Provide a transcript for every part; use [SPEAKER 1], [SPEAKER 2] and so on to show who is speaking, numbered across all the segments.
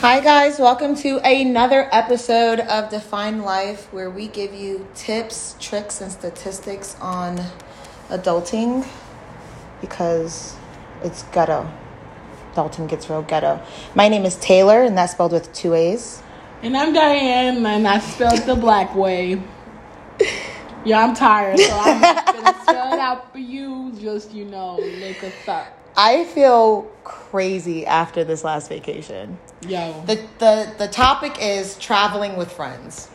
[SPEAKER 1] Hi, guys. Welcome to another episode of Define Life where we give you tips, tricks, and statistics on adulting because it's ghetto. Adulting gets real ghetto. My name is Taylor, and that's spelled with two A's.
[SPEAKER 2] And I'm Diane, and I spelled the black way. Yeah, I'm tired, so I'm not gonna spell it out for you. Just you know, make us up.
[SPEAKER 1] I feel crazy after this last vacation.
[SPEAKER 2] Yo,
[SPEAKER 1] The, the, the topic is traveling with friends.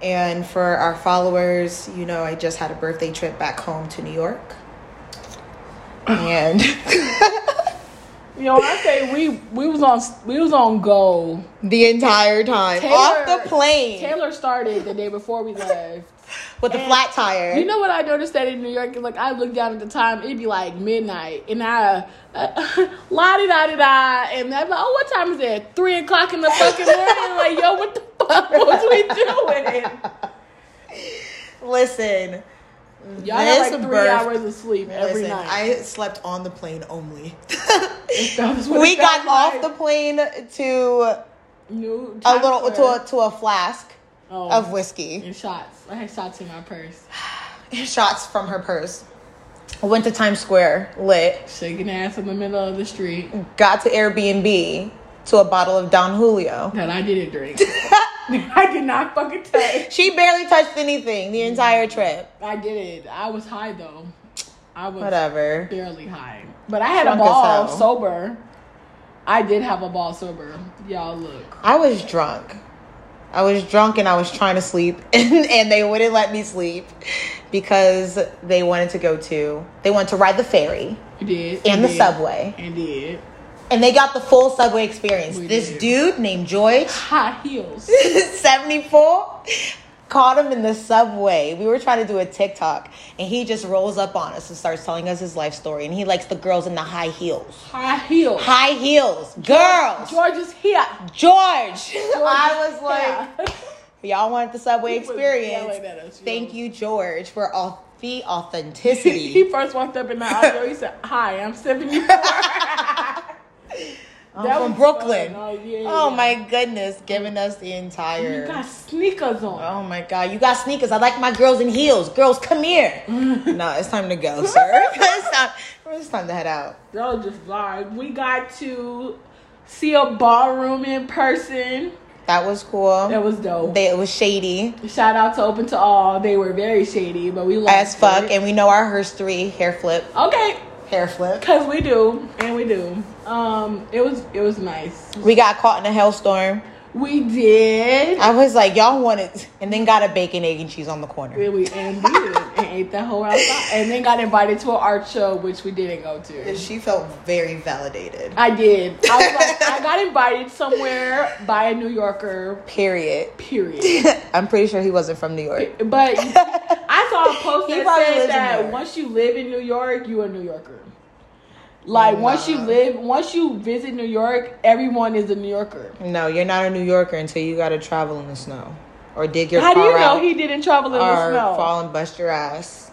[SPEAKER 1] And for our followers, you know, I just had a birthday trip back home to New York. And
[SPEAKER 2] you know, when I say we we was on we was on goal.
[SPEAKER 1] the entire time
[SPEAKER 2] Taylor-
[SPEAKER 1] off the plane
[SPEAKER 2] Taylor started the day before we left.
[SPEAKER 1] with a flat tire.
[SPEAKER 2] You know what I noticed that in New York? Like I looked down at the time, it'd be like midnight, and I uh, la di da di da, and I'm like, oh, what time is it? Three o'clock in the fucking morning. Like, yo, what the fuck was we doing?
[SPEAKER 1] Listen,
[SPEAKER 2] Y'all got like
[SPEAKER 1] This
[SPEAKER 2] three
[SPEAKER 1] birth-
[SPEAKER 2] hours of sleep every
[SPEAKER 1] listen,
[SPEAKER 2] night.
[SPEAKER 1] I slept on the plane only.
[SPEAKER 2] That was what
[SPEAKER 1] we
[SPEAKER 2] it felt
[SPEAKER 1] got off
[SPEAKER 2] like.
[SPEAKER 1] the plane to
[SPEAKER 2] new
[SPEAKER 1] a little to
[SPEAKER 2] transfer
[SPEAKER 1] a, to a flask
[SPEAKER 2] Oh,
[SPEAKER 1] of whiskey.
[SPEAKER 2] and shots. I had shots in my purse.
[SPEAKER 1] shots from her purse. Went to Times Square, lit.
[SPEAKER 2] Shaking ass in the middle of the street
[SPEAKER 1] Got to Airbnb to a bottle of Don Julio.
[SPEAKER 2] that I didn't drink. I did not fucking touch.
[SPEAKER 1] She barely touched anything the entire trip.
[SPEAKER 2] I did it. I was high though. I was
[SPEAKER 1] Whatever.
[SPEAKER 2] barely high, but I had
[SPEAKER 1] Drunk
[SPEAKER 2] a
[SPEAKER 1] as
[SPEAKER 2] ball
[SPEAKER 1] hell.
[SPEAKER 2] sober. I did have a ball sober. Y'all look.
[SPEAKER 1] I was drunk. I was drunk and I was trying to sleep, and, and they wouldn't let me sleep because they wanted to go to, they wanted to ride the ferry
[SPEAKER 2] You did.
[SPEAKER 1] and
[SPEAKER 2] you
[SPEAKER 1] the
[SPEAKER 2] did,
[SPEAKER 1] subway.
[SPEAKER 2] And did.
[SPEAKER 1] And they got the full subway experience.
[SPEAKER 2] We
[SPEAKER 1] this
[SPEAKER 2] did.
[SPEAKER 1] dude named George
[SPEAKER 2] High heels.
[SPEAKER 1] 74 caught him in the subway. We were trying to do a TikTok and he just rolls up on us and starts telling us his life story and he likes the girls in the high heels.
[SPEAKER 2] High heels.
[SPEAKER 1] High heels, girls. George.
[SPEAKER 2] George is here.
[SPEAKER 1] I was like,
[SPEAKER 2] Yeah.
[SPEAKER 1] y'all want the subway
[SPEAKER 2] He was
[SPEAKER 1] experience.
[SPEAKER 2] yelling at us, yo.
[SPEAKER 1] Thank you, George, for all the
[SPEAKER 2] he
[SPEAKER 1] authenticity.
[SPEAKER 2] first walked up in the audio. He said, "Hi, I'm 74." that
[SPEAKER 1] I'm from
[SPEAKER 2] was
[SPEAKER 1] Brooklyn.
[SPEAKER 2] fun. Oh, yeah,
[SPEAKER 1] Oh
[SPEAKER 2] yeah.
[SPEAKER 1] my goodness, giving us the
[SPEAKER 2] You
[SPEAKER 1] entire
[SPEAKER 2] got sneakers on.
[SPEAKER 1] Oh my god, you got sneakers. I like my girls in heels. Girls, come here. no, it's time to go, sir. it's, time, it's time to head out.
[SPEAKER 2] Y'all just lied. We got to see a ballroom in person.
[SPEAKER 1] That was cool.
[SPEAKER 2] That was dope.
[SPEAKER 1] They- it was shady
[SPEAKER 2] Shout out to Open to All. They were very shady, but we loved
[SPEAKER 1] as fuck,
[SPEAKER 2] it.
[SPEAKER 1] and we know our hearse three hair flip,
[SPEAKER 2] okay,
[SPEAKER 1] hair flip.
[SPEAKER 2] cause we do, and we do. Um, it was it was nice.
[SPEAKER 1] We got caught in a hailstorm.
[SPEAKER 2] We did.
[SPEAKER 1] I was like, y'all want it, and then got a bacon, egg, and cheese on the corner.
[SPEAKER 2] And we and we did, and ate that whole outside, and then got invited to an art show, which we didn't go to.
[SPEAKER 1] She felt very validated.
[SPEAKER 2] I did. I was like, I got invited somewhere by a New Yorker.
[SPEAKER 1] Period.
[SPEAKER 2] Period.
[SPEAKER 1] I'm pretty sure he wasn't from New York.
[SPEAKER 2] But I saw a post
[SPEAKER 1] He
[SPEAKER 2] that
[SPEAKER 1] probably lives in New
[SPEAKER 2] said that
[SPEAKER 1] York.
[SPEAKER 2] once you live in New York, you a New Yorker. Like once you
[SPEAKER 1] Nah.
[SPEAKER 2] live, once you visit New York, everyone is a New Yorker.
[SPEAKER 1] No, you're not a New Yorker until you gotta travel in the snow or dig your
[SPEAKER 2] How do
[SPEAKER 1] car
[SPEAKER 2] you
[SPEAKER 1] out.
[SPEAKER 2] know he didn't travel in the
[SPEAKER 1] or
[SPEAKER 2] snow?
[SPEAKER 1] fall and bust your ass.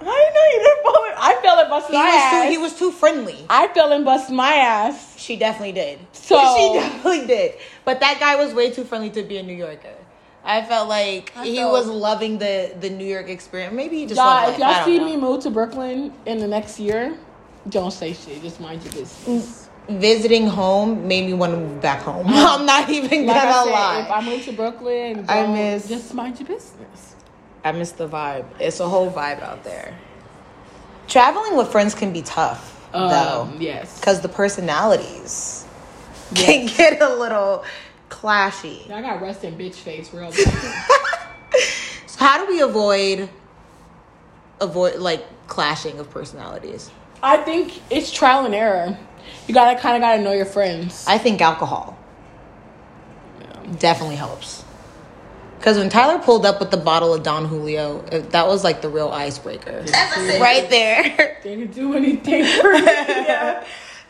[SPEAKER 2] How do you know he didn't fall? in- I fell and busted
[SPEAKER 1] He
[SPEAKER 2] my
[SPEAKER 1] was
[SPEAKER 2] ass.
[SPEAKER 1] too. He was too friendly.
[SPEAKER 2] I fell and busted my ass.
[SPEAKER 1] She definitely did.
[SPEAKER 2] So-
[SPEAKER 1] she definitely did. But that guy was way too friendly to be a New Yorker. I felt like
[SPEAKER 2] I
[SPEAKER 1] he
[SPEAKER 2] felt-
[SPEAKER 1] was loving the the New York experience. Maybe he just
[SPEAKER 2] Y'all,
[SPEAKER 1] loved life.
[SPEAKER 2] if
[SPEAKER 1] I
[SPEAKER 2] y'all
[SPEAKER 1] don't
[SPEAKER 2] see
[SPEAKER 1] know.
[SPEAKER 2] me move to Brooklyn in the next year, don't say shit. Just mind your business.
[SPEAKER 1] visiting home made me want to move back home. I'm not even
[SPEAKER 2] Like I
[SPEAKER 1] gonna
[SPEAKER 2] said, if I
[SPEAKER 1] lie.
[SPEAKER 2] move to Brooklyn,
[SPEAKER 1] I
[SPEAKER 2] don't-
[SPEAKER 1] miss-
[SPEAKER 2] just mind your business.
[SPEAKER 1] I miss the vibe. It's a whole vibe out there. Traveling with friends can be tough,
[SPEAKER 2] Um,
[SPEAKER 1] though.
[SPEAKER 2] yes.
[SPEAKER 1] because the personalities
[SPEAKER 2] Yeah.
[SPEAKER 1] can get a little clashy.
[SPEAKER 2] I got rust and bitch face real bad.
[SPEAKER 1] So how do we avoid avoid like clashing of personalities?
[SPEAKER 2] I think it's trial and error. You gotta kind of gotta know your friends.
[SPEAKER 1] I think alcohol definitely helps. Because when Tyler pulled up with the bottle of Don Julio, it- that was like the real icebreaker. Right there.
[SPEAKER 2] They can do anything for me. Yeah.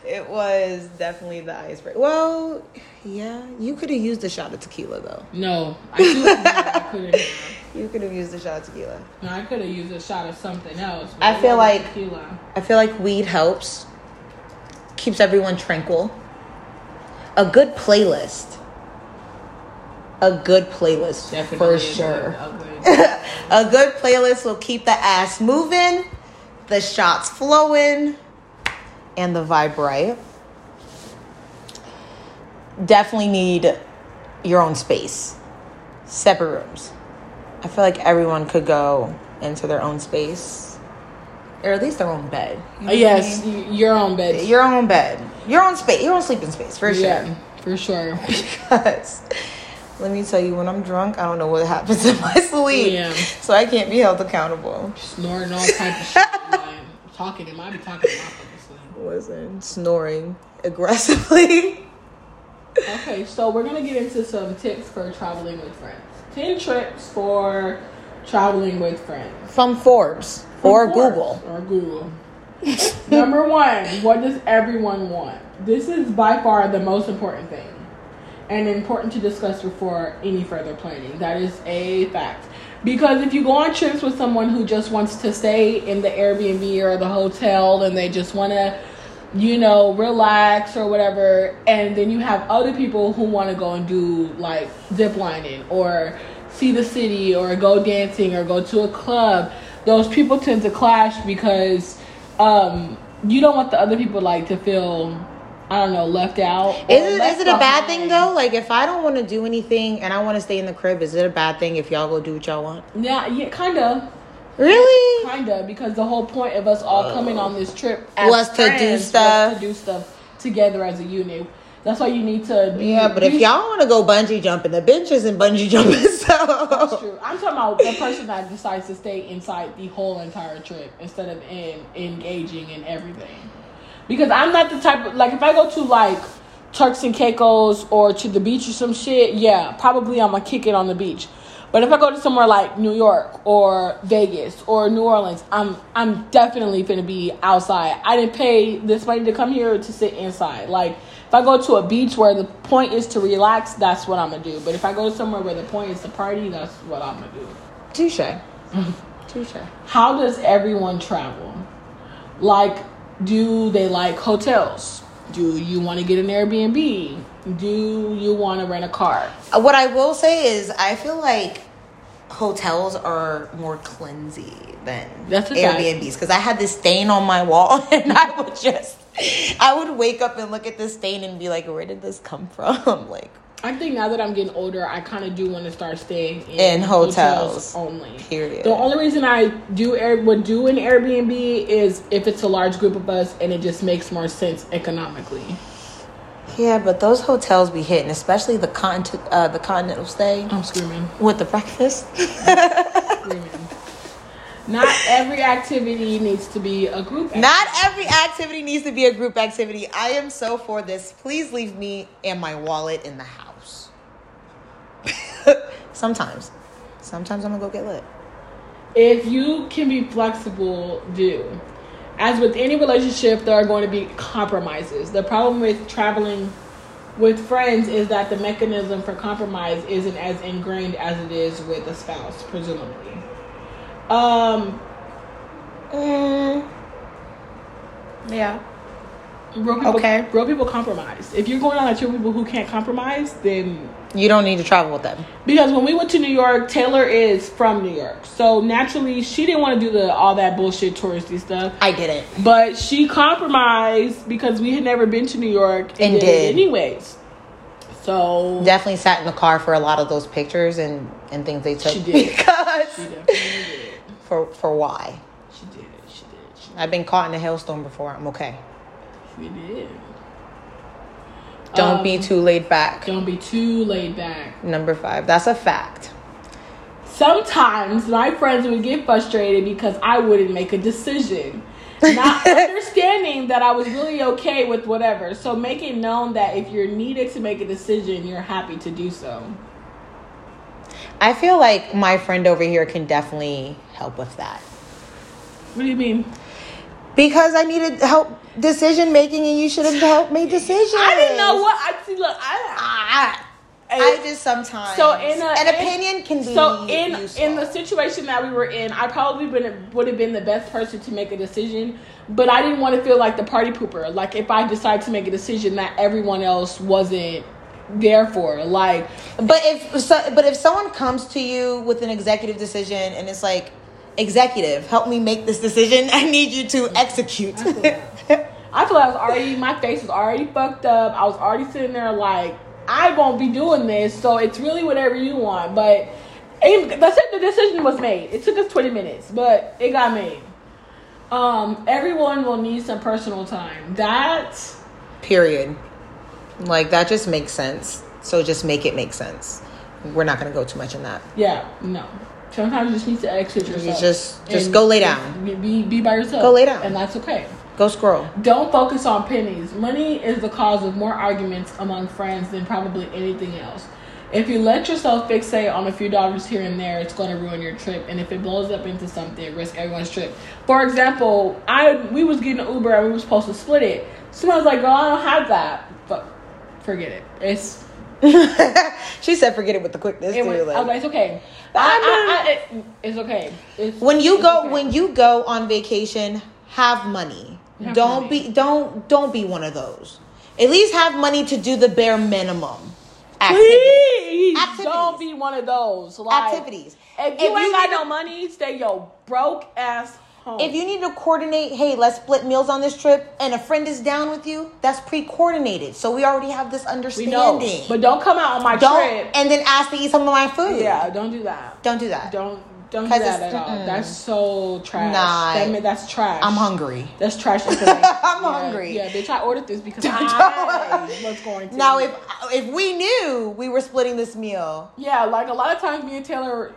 [SPEAKER 1] It was definitely the icebreaker. Well, yeah, you could have used a shot of tequila though.
[SPEAKER 2] No, I, do- no, I couldn't. have.
[SPEAKER 1] You could have used a shot of tequila.
[SPEAKER 2] No, I could have used a shot of something else.
[SPEAKER 1] I feel like-
[SPEAKER 2] tequila.
[SPEAKER 1] I feel like weed helps, keeps everyone tranquil. a good playlist. A good playlist for sure. a good playlist will keep the ass moving, the shots flowing, and the vibe right. Definitely need your own space, separate rooms. I feel like everyone could go into their own space, or at least their own bed. You know what I
[SPEAKER 2] Uh, Yes,
[SPEAKER 1] mean?
[SPEAKER 2] y- your own bed.
[SPEAKER 1] your own bed, your own space, your own sleeping space for sure.
[SPEAKER 2] Yeah, for sure.
[SPEAKER 1] because let me tell you, when I'm drunk, I don't know what happens in my sleep,
[SPEAKER 2] Yeah.
[SPEAKER 1] so I can't be held accountable.
[SPEAKER 2] Snoring all type of shit. man. Talking, it might be talking in my fucking sleep.
[SPEAKER 1] Listen, snoring aggressively.
[SPEAKER 2] Okay, so we're gonna get into some tips for traveling with friends. Ten trips for traveling with friends.
[SPEAKER 1] From Forbes
[SPEAKER 2] Of course, Or Google. Number one, what does everyone want? This is by far the most important thing and important to discuss before any further planning. That is a fact. Because if you go on trips with someone who just wants to stay in the Airbnb or the hotel and they just want to, you know, relax or whatever, and then you have other people who want to go and do like zip lining or see the city or go dancing or go to a club, those people tend to clash because um, you don't want the other people like to feel, I don't know, left out. or
[SPEAKER 1] Is it,
[SPEAKER 2] left
[SPEAKER 1] is it a bad
[SPEAKER 2] behind.
[SPEAKER 1] thing though? Like, if I don't want to do anything and I want to stay in the crib, is it a bad thing if y'all go do what y'all want?
[SPEAKER 2] Yeah, yeah, kind of,
[SPEAKER 1] Really?
[SPEAKER 2] kind of, because the whole point of us all coming on this trip as
[SPEAKER 1] Was to do
[SPEAKER 2] friends was
[SPEAKER 1] stuff.
[SPEAKER 2] to do stuff together as a unit. That's why you need to be.
[SPEAKER 1] Yeah, but if
[SPEAKER 2] be-
[SPEAKER 1] y'all want to go bungee jumping, the bench isn't bungee jumping,
[SPEAKER 2] That's
[SPEAKER 1] so
[SPEAKER 2] true. I'm talking about the person that decides to stay inside the whole entire trip instead of in engaging in everything. Because I'm not the type of like if I go to like Turks and Caicos or to the beach or some shit, yeah, probably I'm gonna kick it on the beach. But if I go to somewhere like New York or Vegas or New Orleans, I'm I'm definitely gonna be outside. I didn't pay this money to come here to sit inside. Like if I go to a beach where the point is to relax, that's what I'm gonna do. But if I go somewhere where the point is to party, that's what I'm gonna do.
[SPEAKER 1] touche, touche.
[SPEAKER 2] How does everyone travel? Like, do they like hotels? Do you want to get an Airbnb? Do you want to rent a car?
[SPEAKER 1] What I will say is, I feel like hotels are more cleansy than
[SPEAKER 2] That's a fact.
[SPEAKER 1] Airbnbs because I had this stain on my wall, and I would just, I would wake up and look at this stain and be like, "Where did this come from?" Like,
[SPEAKER 2] I think now that I'm getting older, I kind of do want to start staying
[SPEAKER 1] In
[SPEAKER 2] in,
[SPEAKER 1] hotels.
[SPEAKER 2] only.
[SPEAKER 1] Period.
[SPEAKER 2] The only reason I do air would do an Airbnb is if it's a large group of us and it just makes more sense economically.
[SPEAKER 1] yeah, but those hotels be hitting, especially the continent, uh, the continental stay
[SPEAKER 2] I'm screaming.
[SPEAKER 1] with the breakfast.
[SPEAKER 2] Not every activity needs to be a group. Activity.
[SPEAKER 1] Not every activity needs to be a group activity. I am so for this. Please leave me and my wallet in the house. Sometimes. Sometimes I'm gonna go get lit.
[SPEAKER 2] if you can be flexible, do. As with any relationship, there are going to be compromises. The problem with traveling with friends is that the mechanism for compromise isn't as ingrained as it is with a spouse, presumably. Um,
[SPEAKER 1] Yeah.
[SPEAKER 2] real people,
[SPEAKER 1] Okay.
[SPEAKER 2] Real people compromise. If you're going on a trip with people who can't compromise, then
[SPEAKER 1] You don't need to travel with them.
[SPEAKER 2] because when we went to New York, Taylor is from New York, so naturally she didn't want to do the all that bullshit touristy stuff.
[SPEAKER 1] I didn't.
[SPEAKER 2] But she compromised because we had never been to New York and,
[SPEAKER 1] And
[SPEAKER 2] did, it
[SPEAKER 1] did.
[SPEAKER 2] anyways. So
[SPEAKER 1] Definitely sat in the car for a lot of those pictures and, and things they took.
[SPEAKER 2] She did.
[SPEAKER 1] Because
[SPEAKER 2] she definitely did.
[SPEAKER 1] for for why?
[SPEAKER 2] She did. She did. She
[SPEAKER 1] I've been caught in a hailstorm before. I'm okay.
[SPEAKER 2] definitely did.
[SPEAKER 1] Don't
[SPEAKER 2] Um,
[SPEAKER 1] be too laid back.
[SPEAKER 2] Don't be too laid back.
[SPEAKER 1] Number five. That's a fact.
[SPEAKER 2] Sometimes my friends would get frustrated because I wouldn't make a decision. Not understanding that I was really okay with whatever. So make it known that if you're needed to make a decision, you're happy to do so.
[SPEAKER 1] I feel like my friend over here can definitely help with that.
[SPEAKER 2] What do you mean?
[SPEAKER 1] Because I needed help decision making and you should have helped me decisions.
[SPEAKER 2] I didn't know what I see. Look, I,
[SPEAKER 1] Ah, I do sometimes.
[SPEAKER 2] So in a-
[SPEAKER 1] an
[SPEAKER 2] in-
[SPEAKER 1] opinion can be
[SPEAKER 2] so in
[SPEAKER 1] useful.
[SPEAKER 2] in the situation that we were in, I probably been, would have been the best person to make a decision, but I didn't want to feel like the party pooper. Like if I decided to make a decision that everyone else wasn't there for, like
[SPEAKER 1] But if so, but if someone comes to you with an executive decision and it's like, executive, help me make this decision. I need you to execute.
[SPEAKER 2] I feel like I was already my face was already fucked up. I was already sitting there like I won't be doing this, so it's really whatever you want. But it, that's it. The decision was made. It took us twenty minutes, but it got made. Um, everyone will need some personal time. That.
[SPEAKER 1] Period. Like that just makes sense. So just make it make sense. We're not gonna go too much in that.
[SPEAKER 2] Yeah, no. Sometimes you just need to exit yourself.
[SPEAKER 1] just- just
[SPEAKER 2] And
[SPEAKER 1] go lay down.
[SPEAKER 2] Be, be be by yourself.
[SPEAKER 1] Go lay down.
[SPEAKER 2] and that's okay.
[SPEAKER 1] Go scroll.
[SPEAKER 2] Don't focus on pennies. Money is the cause of more arguments among friends than probably anything else. If you let yourself fixate on a few dollars here and there, it's going to ruin your trip. And if it blows up into something, risk everyone's trip. For example, I we was getting an Uber and we was supposed to split it. Someone's like, "Girl, I don't have that." But forget it. It's
[SPEAKER 1] she said, "Forget it with the quickness."
[SPEAKER 2] it
[SPEAKER 1] too.
[SPEAKER 2] was, I was
[SPEAKER 1] like-
[SPEAKER 2] like, "It's okay." I, I, I, it- it's okay. It's,
[SPEAKER 1] when you
[SPEAKER 2] it's
[SPEAKER 1] go
[SPEAKER 2] okay.
[SPEAKER 1] when you go on vacation have money
[SPEAKER 2] Have
[SPEAKER 1] don't
[SPEAKER 2] money.
[SPEAKER 1] be don't don't be one of those at least have money to do the bare minimum activities
[SPEAKER 2] Please
[SPEAKER 1] Activities.
[SPEAKER 2] don't be one of those. Like,
[SPEAKER 1] Activities.
[SPEAKER 2] If you
[SPEAKER 1] If
[SPEAKER 2] ain't
[SPEAKER 1] you
[SPEAKER 2] got
[SPEAKER 1] need
[SPEAKER 2] no
[SPEAKER 1] to-
[SPEAKER 2] money, stay your broke ass home.
[SPEAKER 1] if you need to coordinate hey let's split meals on this trip and a friend is down with you that's pre-coordinated so we already have this
[SPEAKER 2] we
[SPEAKER 1] understanding
[SPEAKER 2] know, but don't come out on my
[SPEAKER 1] don't
[SPEAKER 2] trip.
[SPEAKER 1] and then ask to eat some of my food
[SPEAKER 2] yeah, don't do that.
[SPEAKER 1] don't do that
[SPEAKER 2] Don't don't do
[SPEAKER 1] 'Cause
[SPEAKER 2] that
[SPEAKER 1] it's-
[SPEAKER 2] at all.
[SPEAKER 1] mm-mm.
[SPEAKER 2] That's so trash.
[SPEAKER 1] Nah.
[SPEAKER 2] That mean, that's trash.
[SPEAKER 1] i'm hungry
[SPEAKER 2] That's trash. information.
[SPEAKER 1] I'm
[SPEAKER 2] Yeah,
[SPEAKER 1] hungry.
[SPEAKER 2] Yeah, bitch, I ordered this because I was going to.
[SPEAKER 1] now if if we knew we were splitting this meal
[SPEAKER 2] Yeah, like a lot of times me and Taylor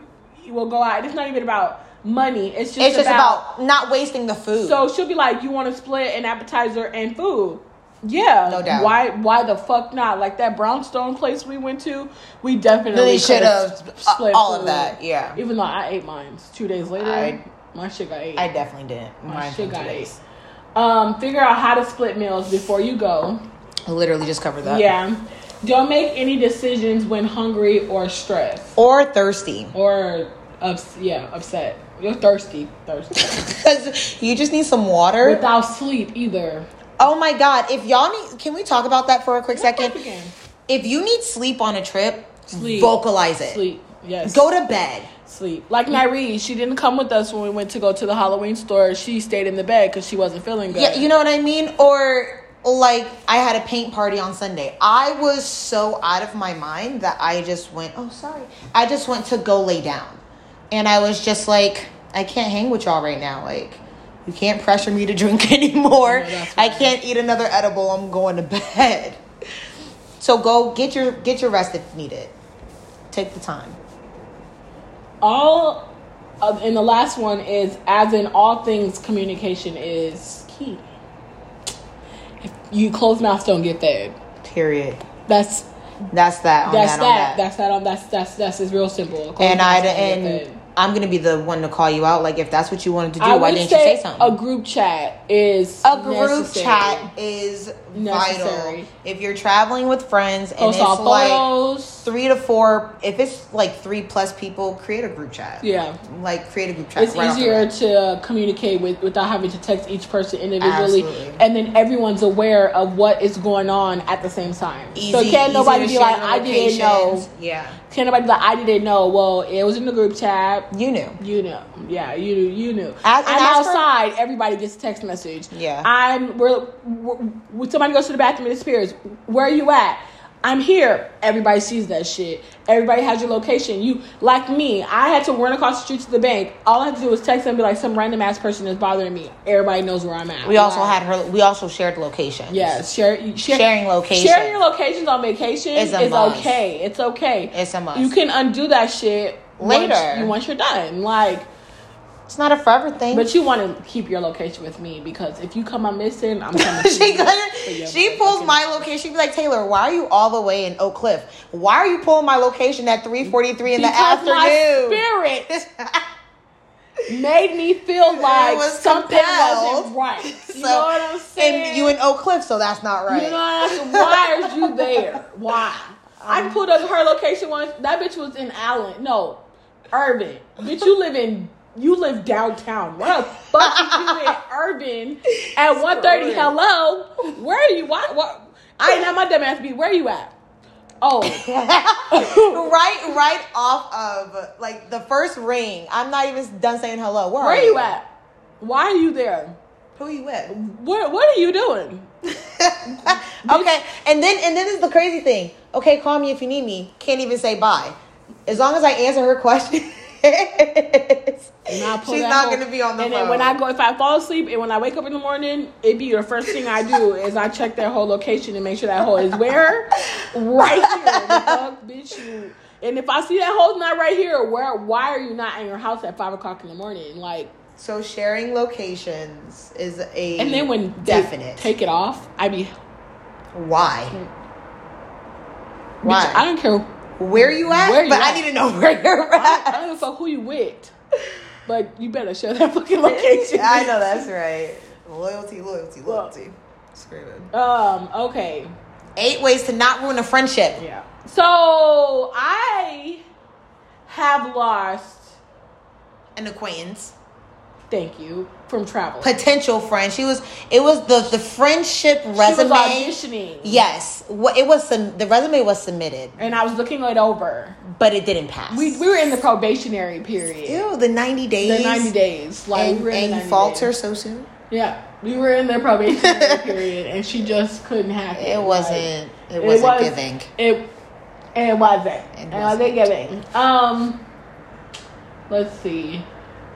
[SPEAKER 2] will go out. and It's not even about money. It's just,
[SPEAKER 1] it's just about, not wasting the food
[SPEAKER 2] So she'll be like, "You want to split an appetizer and food?" Yeah,
[SPEAKER 1] No doubt.
[SPEAKER 2] Why? Why the fuck not? Like that brownstone place we went to, we definitely
[SPEAKER 1] They
[SPEAKER 2] could
[SPEAKER 1] should've,
[SPEAKER 2] have
[SPEAKER 1] uh, all of that, yeah.
[SPEAKER 2] Even though I ate mine two days later,
[SPEAKER 1] I-
[SPEAKER 2] my shit got ate.
[SPEAKER 1] i definitely didn't
[SPEAKER 2] my
[SPEAKER 1] Mine
[SPEAKER 2] Oh, shit
[SPEAKER 1] from
[SPEAKER 2] got
[SPEAKER 1] today's.
[SPEAKER 2] ate. Um, figure out how to split meals before you go.
[SPEAKER 1] I literally just covered that.
[SPEAKER 2] Yeah. Don't make any decisions when hungry or stressed
[SPEAKER 1] Or thirsty.
[SPEAKER 2] or ups- yeah upset. You're thirsty, thirsty.
[SPEAKER 1] Because you just need some water.
[SPEAKER 2] Without sleep either.
[SPEAKER 1] oh my God. If y'all need, can we talk about that for a quick second?
[SPEAKER 2] Again.
[SPEAKER 1] If you need sleep on a trip,
[SPEAKER 2] Sleep.
[SPEAKER 1] vocalize it.
[SPEAKER 2] Sleep. Yes.
[SPEAKER 1] Go to bed.
[SPEAKER 2] sleep. Like Nyree, she didn't come with us when we went to go to the Halloween store. She stayed in the bed because she wasn't feeling good.
[SPEAKER 1] Yeah, you know what I mean? Or like I had a paint party on Sunday. I was so out of my mind that I just went, oh, sorry. I just went to go lay down. And I was just like, I can't hang with y'all right now. Like, you can't pressure me to drink anymore.
[SPEAKER 2] No, that's
[SPEAKER 1] I
[SPEAKER 2] right.
[SPEAKER 1] can't eat another edible. I'm going to bed. So go get your get your rest if needed. Take the time.
[SPEAKER 2] all, of, and the last one is as in all things, communication is key. If you close mouths don't get fed.
[SPEAKER 1] Period.
[SPEAKER 2] That's
[SPEAKER 1] That's that. On
[SPEAKER 2] that's
[SPEAKER 1] that,
[SPEAKER 2] that,
[SPEAKER 1] on that.
[SPEAKER 2] That's that. On that's that's that's is real simple. Closed
[SPEAKER 1] and I
[SPEAKER 2] mouths don't get
[SPEAKER 1] and
[SPEAKER 2] fed.
[SPEAKER 1] I'm gonna be the one to call you out. Like if that's what you wanted to do,
[SPEAKER 2] I
[SPEAKER 1] why
[SPEAKER 2] would
[SPEAKER 1] didn't you say
[SPEAKER 2] A
[SPEAKER 1] something?
[SPEAKER 2] group chat is
[SPEAKER 1] A, group
[SPEAKER 2] necessary.
[SPEAKER 1] chat is
[SPEAKER 2] Necessary.
[SPEAKER 1] vital. If you're traveling with friends and
[SPEAKER 2] Post
[SPEAKER 1] it's
[SPEAKER 2] all
[SPEAKER 1] like
[SPEAKER 2] photos.
[SPEAKER 1] three to four, if it's like three plus people, create a group chat.
[SPEAKER 2] yeah.
[SPEAKER 1] Like create a group chat.
[SPEAKER 2] it's
[SPEAKER 1] right off the
[SPEAKER 2] easier
[SPEAKER 1] bat.
[SPEAKER 2] to communicate with without having to text each person individually
[SPEAKER 1] Absolutely.
[SPEAKER 2] and then everyone's aware of what is going on at the same time so
[SPEAKER 1] Easy-
[SPEAKER 2] can't nobody be
[SPEAKER 1] easier
[SPEAKER 2] like
[SPEAKER 1] sharing
[SPEAKER 2] i didn't know
[SPEAKER 1] locations. Yeah,
[SPEAKER 2] can't nobody be like i didn't know well it was in the group chat
[SPEAKER 1] you knew.
[SPEAKER 2] you know yeah you knew you knew
[SPEAKER 1] As- and
[SPEAKER 2] i'm
[SPEAKER 1] as for-
[SPEAKER 2] outside everybody gets a text message
[SPEAKER 1] Yeah.
[SPEAKER 2] i'm we're, we somebody goes to the bathroom and disappears where are you at i'm here everybody sees that shit everybody has your location you like me i had to run across the street to the bank all i had to do was text them and be like some random ass person is bothering me everybody knows where i'm at
[SPEAKER 1] We also
[SPEAKER 2] Like,
[SPEAKER 1] had her. We also shared locations.
[SPEAKER 2] Yes, share, share
[SPEAKER 1] Sharing locations.
[SPEAKER 2] Sharing your locations on vacation
[SPEAKER 1] It's
[SPEAKER 2] is
[SPEAKER 1] a must.
[SPEAKER 2] okay. It's okay.
[SPEAKER 1] It's a must.
[SPEAKER 2] You can undo that shit once-
[SPEAKER 1] Later.
[SPEAKER 2] you- once you're done. Like,
[SPEAKER 1] It's not a forever thing.
[SPEAKER 2] but you want to keep your location with me because if you come, I'm missing. I'm coming. to
[SPEAKER 1] she
[SPEAKER 2] you.
[SPEAKER 1] gonna,
[SPEAKER 2] But yeah,
[SPEAKER 1] she
[SPEAKER 2] motherfucking-
[SPEAKER 1] pulls my location. She be like, Taylor, why are you all the way in Oak Cliff? Why are you pulling my location at three forty three in the
[SPEAKER 2] because
[SPEAKER 1] afternoon?
[SPEAKER 2] my spirit made me feel like
[SPEAKER 1] was
[SPEAKER 2] something
[SPEAKER 1] compelled.
[SPEAKER 2] wasn't right. You
[SPEAKER 1] So-
[SPEAKER 2] know what I'm saying?
[SPEAKER 1] And you in Oak Cliff, so that's not right.
[SPEAKER 2] You know what I'm saying? Why are you there? Why? I pulled up her location once. That bitch was in Allen. No, Urban. bitch, you live in you live downtown. What the fuck is you in Urban at one thirty? Hello, where are you? Why? why I ain't at my dumb ass beat. Where you at? Oh,
[SPEAKER 1] right, right off of like the first ring. I'm not even done saying hello. Where,
[SPEAKER 2] where are you at? Why are you there?
[SPEAKER 1] Who are you with?
[SPEAKER 2] What What are you doing?
[SPEAKER 1] okay, and then and then is the crazy thing. Okay, call me if you need me. Can't even say bye. As long as I answer her question,
[SPEAKER 2] And I pull
[SPEAKER 1] she's
[SPEAKER 2] that
[SPEAKER 1] not
[SPEAKER 2] whole-
[SPEAKER 1] going to be on the
[SPEAKER 2] and
[SPEAKER 1] phone.
[SPEAKER 2] then when I go, if I fall asleep and when I wake up in the morning, it be the first thing I do is I check their whole location and make sure that hole is where, right here. The fuck, bitch, you. And if I see that hole's not right here, where? Why are you not in your house at five o'clock in the morning? Like,
[SPEAKER 1] so sharing locations is a
[SPEAKER 2] and then when they
[SPEAKER 1] definite
[SPEAKER 2] take it off, I be.
[SPEAKER 1] why
[SPEAKER 2] Bitch, I
[SPEAKER 1] why
[SPEAKER 2] don't care.
[SPEAKER 1] where you at?
[SPEAKER 2] Where you
[SPEAKER 1] but
[SPEAKER 2] at?
[SPEAKER 1] I need to know where you're
[SPEAKER 2] I, I
[SPEAKER 1] at.
[SPEAKER 2] don't give a fuck who you with, but you better share that fucking location.
[SPEAKER 1] I know that's right. Loyalty, loyalty, loyalty. Screw it.
[SPEAKER 2] Um. Okay.
[SPEAKER 1] Eight ways to not ruin a friendship.
[SPEAKER 2] Yeah. So I have lost.
[SPEAKER 1] An acquaintance,
[SPEAKER 2] Thank you from travel.
[SPEAKER 1] potential friend. She was. It was the the friendship resume.
[SPEAKER 2] She was auditioning.
[SPEAKER 1] Yes, Wha- it was sub- the resume was submitted,
[SPEAKER 2] And I was looking it over.
[SPEAKER 1] but it didn't pass.
[SPEAKER 2] We, we were in the probationary period.
[SPEAKER 1] Ew, the ninety days.
[SPEAKER 2] The 90 days. Like, we
[SPEAKER 1] and,
[SPEAKER 2] were in
[SPEAKER 1] and
[SPEAKER 2] the
[SPEAKER 1] you
[SPEAKER 2] 90
[SPEAKER 1] falter
[SPEAKER 2] days.
[SPEAKER 1] so soon.
[SPEAKER 2] Yeah. We were in the probationary period and she just couldn't have it.
[SPEAKER 1] It
[SPEAKER 2] Like,
[SPEAKER 1] wasn't. It wasn't
[SPEAKER 2] was-
[SPEAKER 1] giving.
[SPEAKER 2] It, it wasn't. It
[SPEAKER 1] It
[SPEAKER 2] wasn't giving. Um, let's see.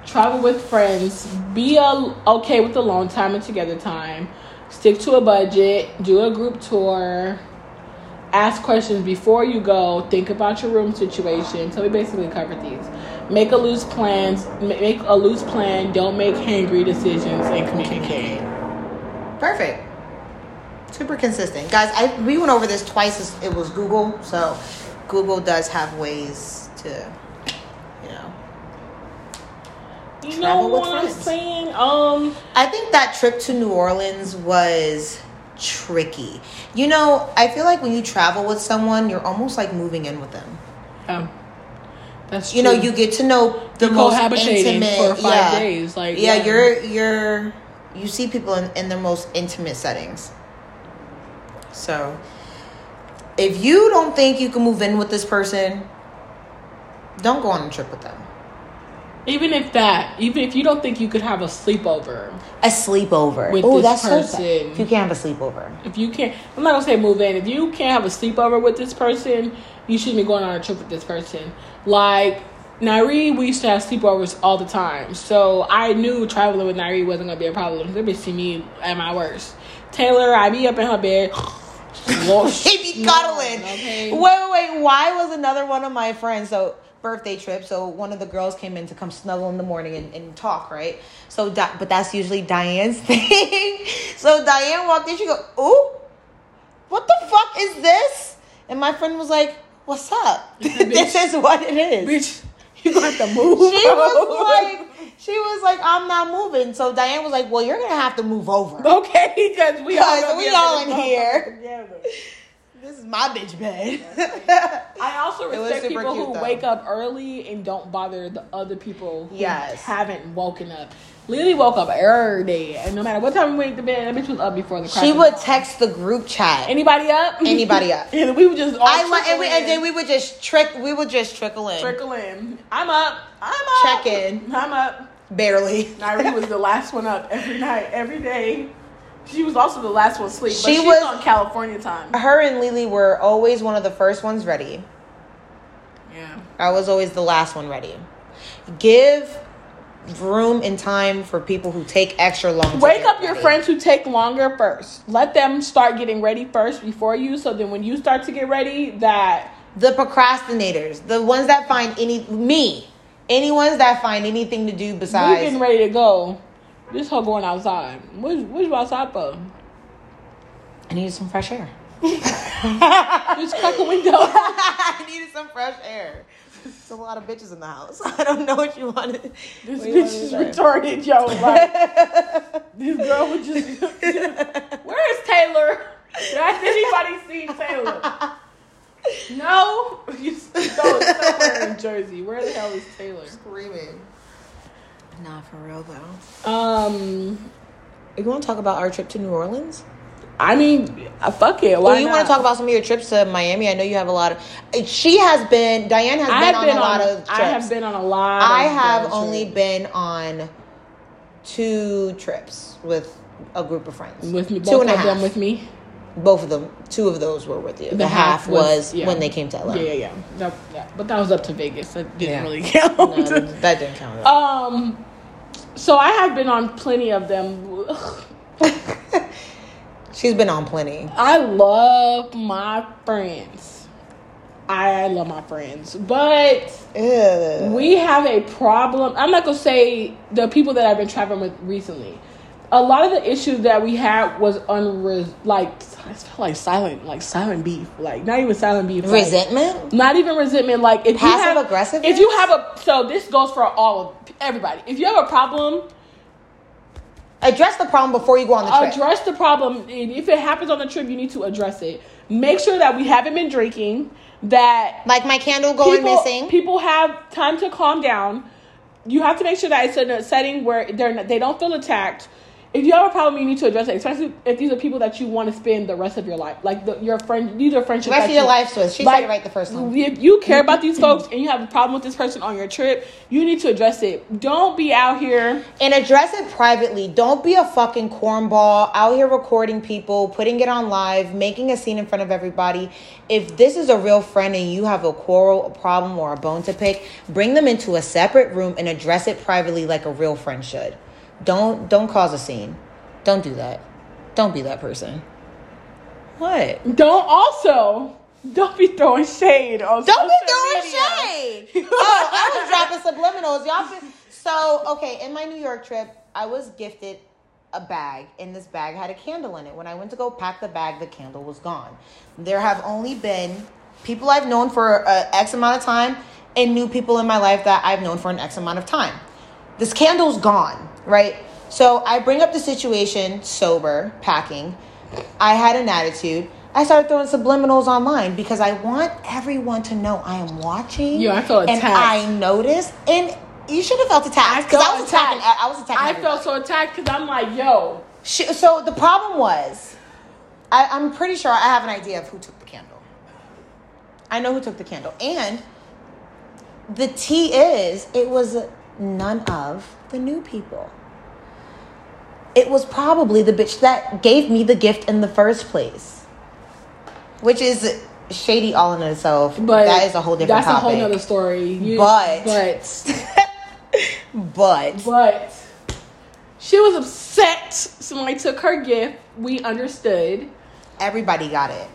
[SPEAKER 2] Travel with friends. Be a, okay with alone time and together time. Stick to a budget. Do a group tour. Ask questions before you go. Think about your room situation. So we basically covered these. Make a loose plans. ma- Make a loose plan. Don't make hangry decisions and communicate.
[SPEAKER 1] Perfect. Super consistent, guys. I we went over this twice. as- It was Google, so Google does have ways to, you know.
[SPEAKER 2] You know
[SPEAKER 1] Travel with
[SPEAKER 2] what I'm
[SPEAKER 1] friends.
[SPEAKER 2] saying? Um.
[SPEAKER 1] I think that trip to New Orleans was tricky. You know, I feel like when you travel with someone, you're almost like moving in with them.
[SPEAKER 2] Um, that's
[SPEAKER 1] you know
[SPEAKER 2] true.
[SPEAKER 1] you get to know the
[SPEAKER 2] You're
[SPEAKER 1] most
[SPEAKER 2] cohabitating
[SPEAKER 1] intimate
[SPEAKER 2] for five
[SPEAKER 1] yeah.
[SPEAKER 2] days, like,
[SPEAKER 1] yeah,
[SPEAKER 2] yeah.
[SPEAKER 1] you're you're you see people in, in their most intimate settings so if you don't think you can move in with this person don't go on a trip with them
[SPEAKER 2] even if that, even if you don't think you could have a sleepover,
[SPEAKER 1] a sleepover
[SPEAKER 2] With
[SPEAKER 1] oh
[SPEAKER 2] this
[SPEAKER 1] that's so
[SPEAKER 2] person.
[SPEAKER 1] sad if you can't have a sleepover
[SPEAKER 2] if you can't, I'm not gonna say move in. If you can't have a sleepover with this person, you shouldn't be going on a trip with this person. Like Nairi, we used to have sleepovers all the time, so I knew traveling with Nairi wasn't gonna be a problem. They bitch see me at my worst. Taylor, I be up in her bed.
[SPEAKER 1] they be cuddling.
[SPEAKER 2] Okay.
[SPEAKER 1] Wait, wait, wait. Why was another one of my friends so birthday trip? So one of the girls came in to come snuggle in the morning and, and talk, right? So, Di- but that's usually Diane's thing. so Diane walked in. She go, "Ooh, what the fuck is this?" And my friend was like, "What's up? this is what it is."
[SPEAKER 2] Bitch, you gonna have to move.
[SPEAKER 1] She was like, she was like, "I'm not moving." So Diane was like, "Well, you're gonna have to move over."
[SPEAKER 2] okay, because we all,
[SPEAKER 1] Guys,
[SPEAKER 2] gonna
[SPEAKER 1] we
[SPEAKER 2] be up
[SPEAKER 1] all
[SPEAKER 2] this
[SPEAKER 1] in here.
[SPEAKER 2] motherfucker together.
[SPEAKER 1] This is my bitch bed.
[SPEAKER 2] I also
[SPEAKER 1] It was
[SPEAKER 2] respect
[SPEAKER 1] super
[SPEAKER 2] people
[SPEAKER 1] cute,
[SPEAKER 2] who
[SPEAKER 1] though.
[SPEAKER 2] wake up early and don't bother the other people who
[SPEAKER 1] Yes.
[SPEAKER 2] haven't woken up. Lily woke up every day, and no matter what time we went to bed, that bitch was up before the crack
[SPEAKER 1] she
[SPEAKER 2] of
[SPEAKER 1] would
[SPEAKER 2] dawn.
[SPEAKER 1] text the group chat.
[SPEAKER 2] anybody up?
[SPEAKER 1] Anybody up.
[SPEAKER 2] and we would just all
[SPEAKER 1] I like, and, we, and then
[SPEAKER 2] trickle
[SPEAKER 1] we would just trick. We would just trickle in,
[SPEAKER 2] in, trickle in. I'm up. I'm up.
[SPEAKER 1] Check in.
[SPEAKER 2] I'm up.
[SPEAKER 1] barely.
[SPEAKER 2] Nairi was the last one up every night, every day. She was also the last one asleep, but
[SPEAKER 1] She
[SPEAKER 2] she was
[SPEAKER 1] was-
[SPEAKER 2] on California time.
[SPEAKER 1] Her and Lily were always one of the first ones ready.
[SPEAKER 2] Yeah.
[SPEAKER 1] I was always the last one ready. Give room and time for people who take extra long. to
[SPEAKER 2] Wake
[SPEAKER 1] get
[SPEAKER 2] up your
[SPEAKER 1] ready.
[SPEAKER 2] friends who take longer first. Let them start getting ready first before you. So then when you start to get ready, that
[SPEAKER 1] The procrastinators, the ones that find any me, any ones that find anything to do
[SPEAKER 2] you
[SPEAKER 1] besides
[SPEAKER 2] getting ready to go. This whole going outside. What what you outside for?
[SPEAKER 1] I needed some fresh air.
[SPEAKER 2] Just crack a window.
[SPEAKER 1] I needed some fresh air. There's a lot of bitches in the house. I don't know what you wanted.
[SPEAKER 2] This
[SPEAKER 1] what you
[SPEAKER 2] bitch is
[SPEAKER 1] wanted to say.
[SPEAKER 2] retarded, yo. Like, this girl would just. Where is Taylor? Has anybody seen Taylor? No, you no, it's somewhere in Jersey. Where the hell is Taylor?
[SPEAKER 1] Screaming. Nah, for real though.
[SPEAKER 2] Um,
[SPEAKER 1] You want to talk about our trip to New Orleans?
[SPEAKER 2] I mean, uh, fuck it. Why
[SPEAKER 1] well, you want to talk about some of your trips to Miami? I know you have a lot of. She has been. Diane has
[SPEAKER 2] I
[SPEAKER 1] been,
[SPEAKER 2] have
[SPEAKER 1] on
[SPEAKER 2] been
[SPEAKER 1] a lot of. Trips.
[SPEAKER 2] I have been on a lot.
[SPEAKER 1] I
[SPEAKER 2] of
[SPEAKER 1] have
[SPEAKER 2] road
[SPEAKER 1] only
[SPEAKER 2] trips.
[SPEAKER 1] been on two trips with a group of friends.
[SPEAKER 2] with me. Both
[SPEAKER 1] two and a
[SPEAKER 2] of
[SPEAKER 1] half.
[SPEAKER 2] them with me.
[SPEAKER 1] Both of them. Two of those were with you. The, half, was,
[SPEAKER 2] yeah.
[SPEAKER 1] when they came to LA.
[SPEAKER 2] Yeah, yeah, yeah. That- that- but that was up to Vegas. That didn't
[SPEAKER 1] Yeah.
[SPEAKER 2] really count.
[SPEAKER 1] No, that didn't count. At all.
[SPEAKER 2] um, so I have been on plenty of them.
[SPEAKER 1] She's been on plenty.
[SPEAKER 2] I love my friends. I love my friends, but
[SPEAKER 1] Ew.
[SPEAKER 2] we have a problem. I'm not gonna say the people that I've been traveling with recently. A lot of the issues that we had was unre like I felt like silent, like silent beef, like not even silent beef, like-
[SPEAKER 1] Resentment.
[SPEAKER 2] not even resentment. Like if you have
[SPEAKER 1] Passive-aggressiveness?
[SPEAKER 2] If you have a so this goes for all of everybody. If you have a problem,
[SPEAKER 1] Address the problem before you go on the trip.
[SPEAKER 2] address the problem and if it happens on the trip you need to address it make sure that we haven't been drinking that
[SPEAKER 1] like my candle going
[SPEAKER 2] people,
[SPEAKER 1] missing.
[SPEAKER 2] people have time to calm down you have to make sure that it's in a setting where they're not, they don't feel attacked if you have a problem you need to address it especially if these are people that you want to spend the rest of your life like the, your friend these are friendships
[SPEAKER 1] The rest
[SPEAKER 2] that
[SPEAKER 1] of your
[SPEAKER 2] you-
[SPEAKER 1] life, Swiss. She said it right the first time.
[SPEAKER 2] if you care about these folks and you have a problem with this person on your trip you need to address it don't be out here
[SPEAKER 1] and address it privately. Don't be a fucking cornball out here recording people, putting it on live, making a scene in front of everybody. If this is a real friend and you have a quarrel, a problem, or a bone to pick, bring them into a separate room and address it privately like a real friend should. Don't don't cause a scene. Don't do that. Don't be that person. What?
[SPEAKER 2] Don't also don't be throwing shade on.
[SPEAKER 1] Don't be
[SPEAKER 2] social
[SPEAKER 1] throwing
[SPEAKER 2] media.
[SPEAKER 1] shade. oh, I was dropping subliminals. Y'all been so okay. In my New York trip, I was gifted a bag, and this bag had a candle in it. When I went to go pack the bag, the candle was gone. There have only been people I've known for a X amount of time, and new people in my life that I've known for an X amount of time. This candle's gone, right? So I bring up the situation sober, packing. I had an attitude. I started throwing subliminals online because I want everyone to know I am watching.
[SPEAKER 2] Yo, I felt
[SPEAKER 1] And
[SPEAKER 2] attacked.
[SPEAKER 1] I noticed, and you should have felt attacked because I, was attacking. I was attacking.
[SPEAKER 2] I
[SPEAKER 1] everybody.
[SPEAKER 2] felt so attacked because I'm like, yo,
[SPEAKER 1] She, so the problem was, I, I'm pretty sure I have an idea of who took the candle. I know who took the candle, and the tea is it was none of the new people. It was probably the bitch that gave me the gift in the first place, which is shady all in itself.
[SPEAKER 2] but
[SPEAKER 1] that is a whole different.
[SPEAKER 2] That's
[SPEAKER 1] topic.
[SPEAKER 2] a whole nother story. You-
[SPEAKER 1] But-
[SPEAKER 2] but
[SPEAKER 1] But
[SPEAKER 2] but she was upset. Somebody took her gift. We understood.
[SPEAKER 1] everybody got it.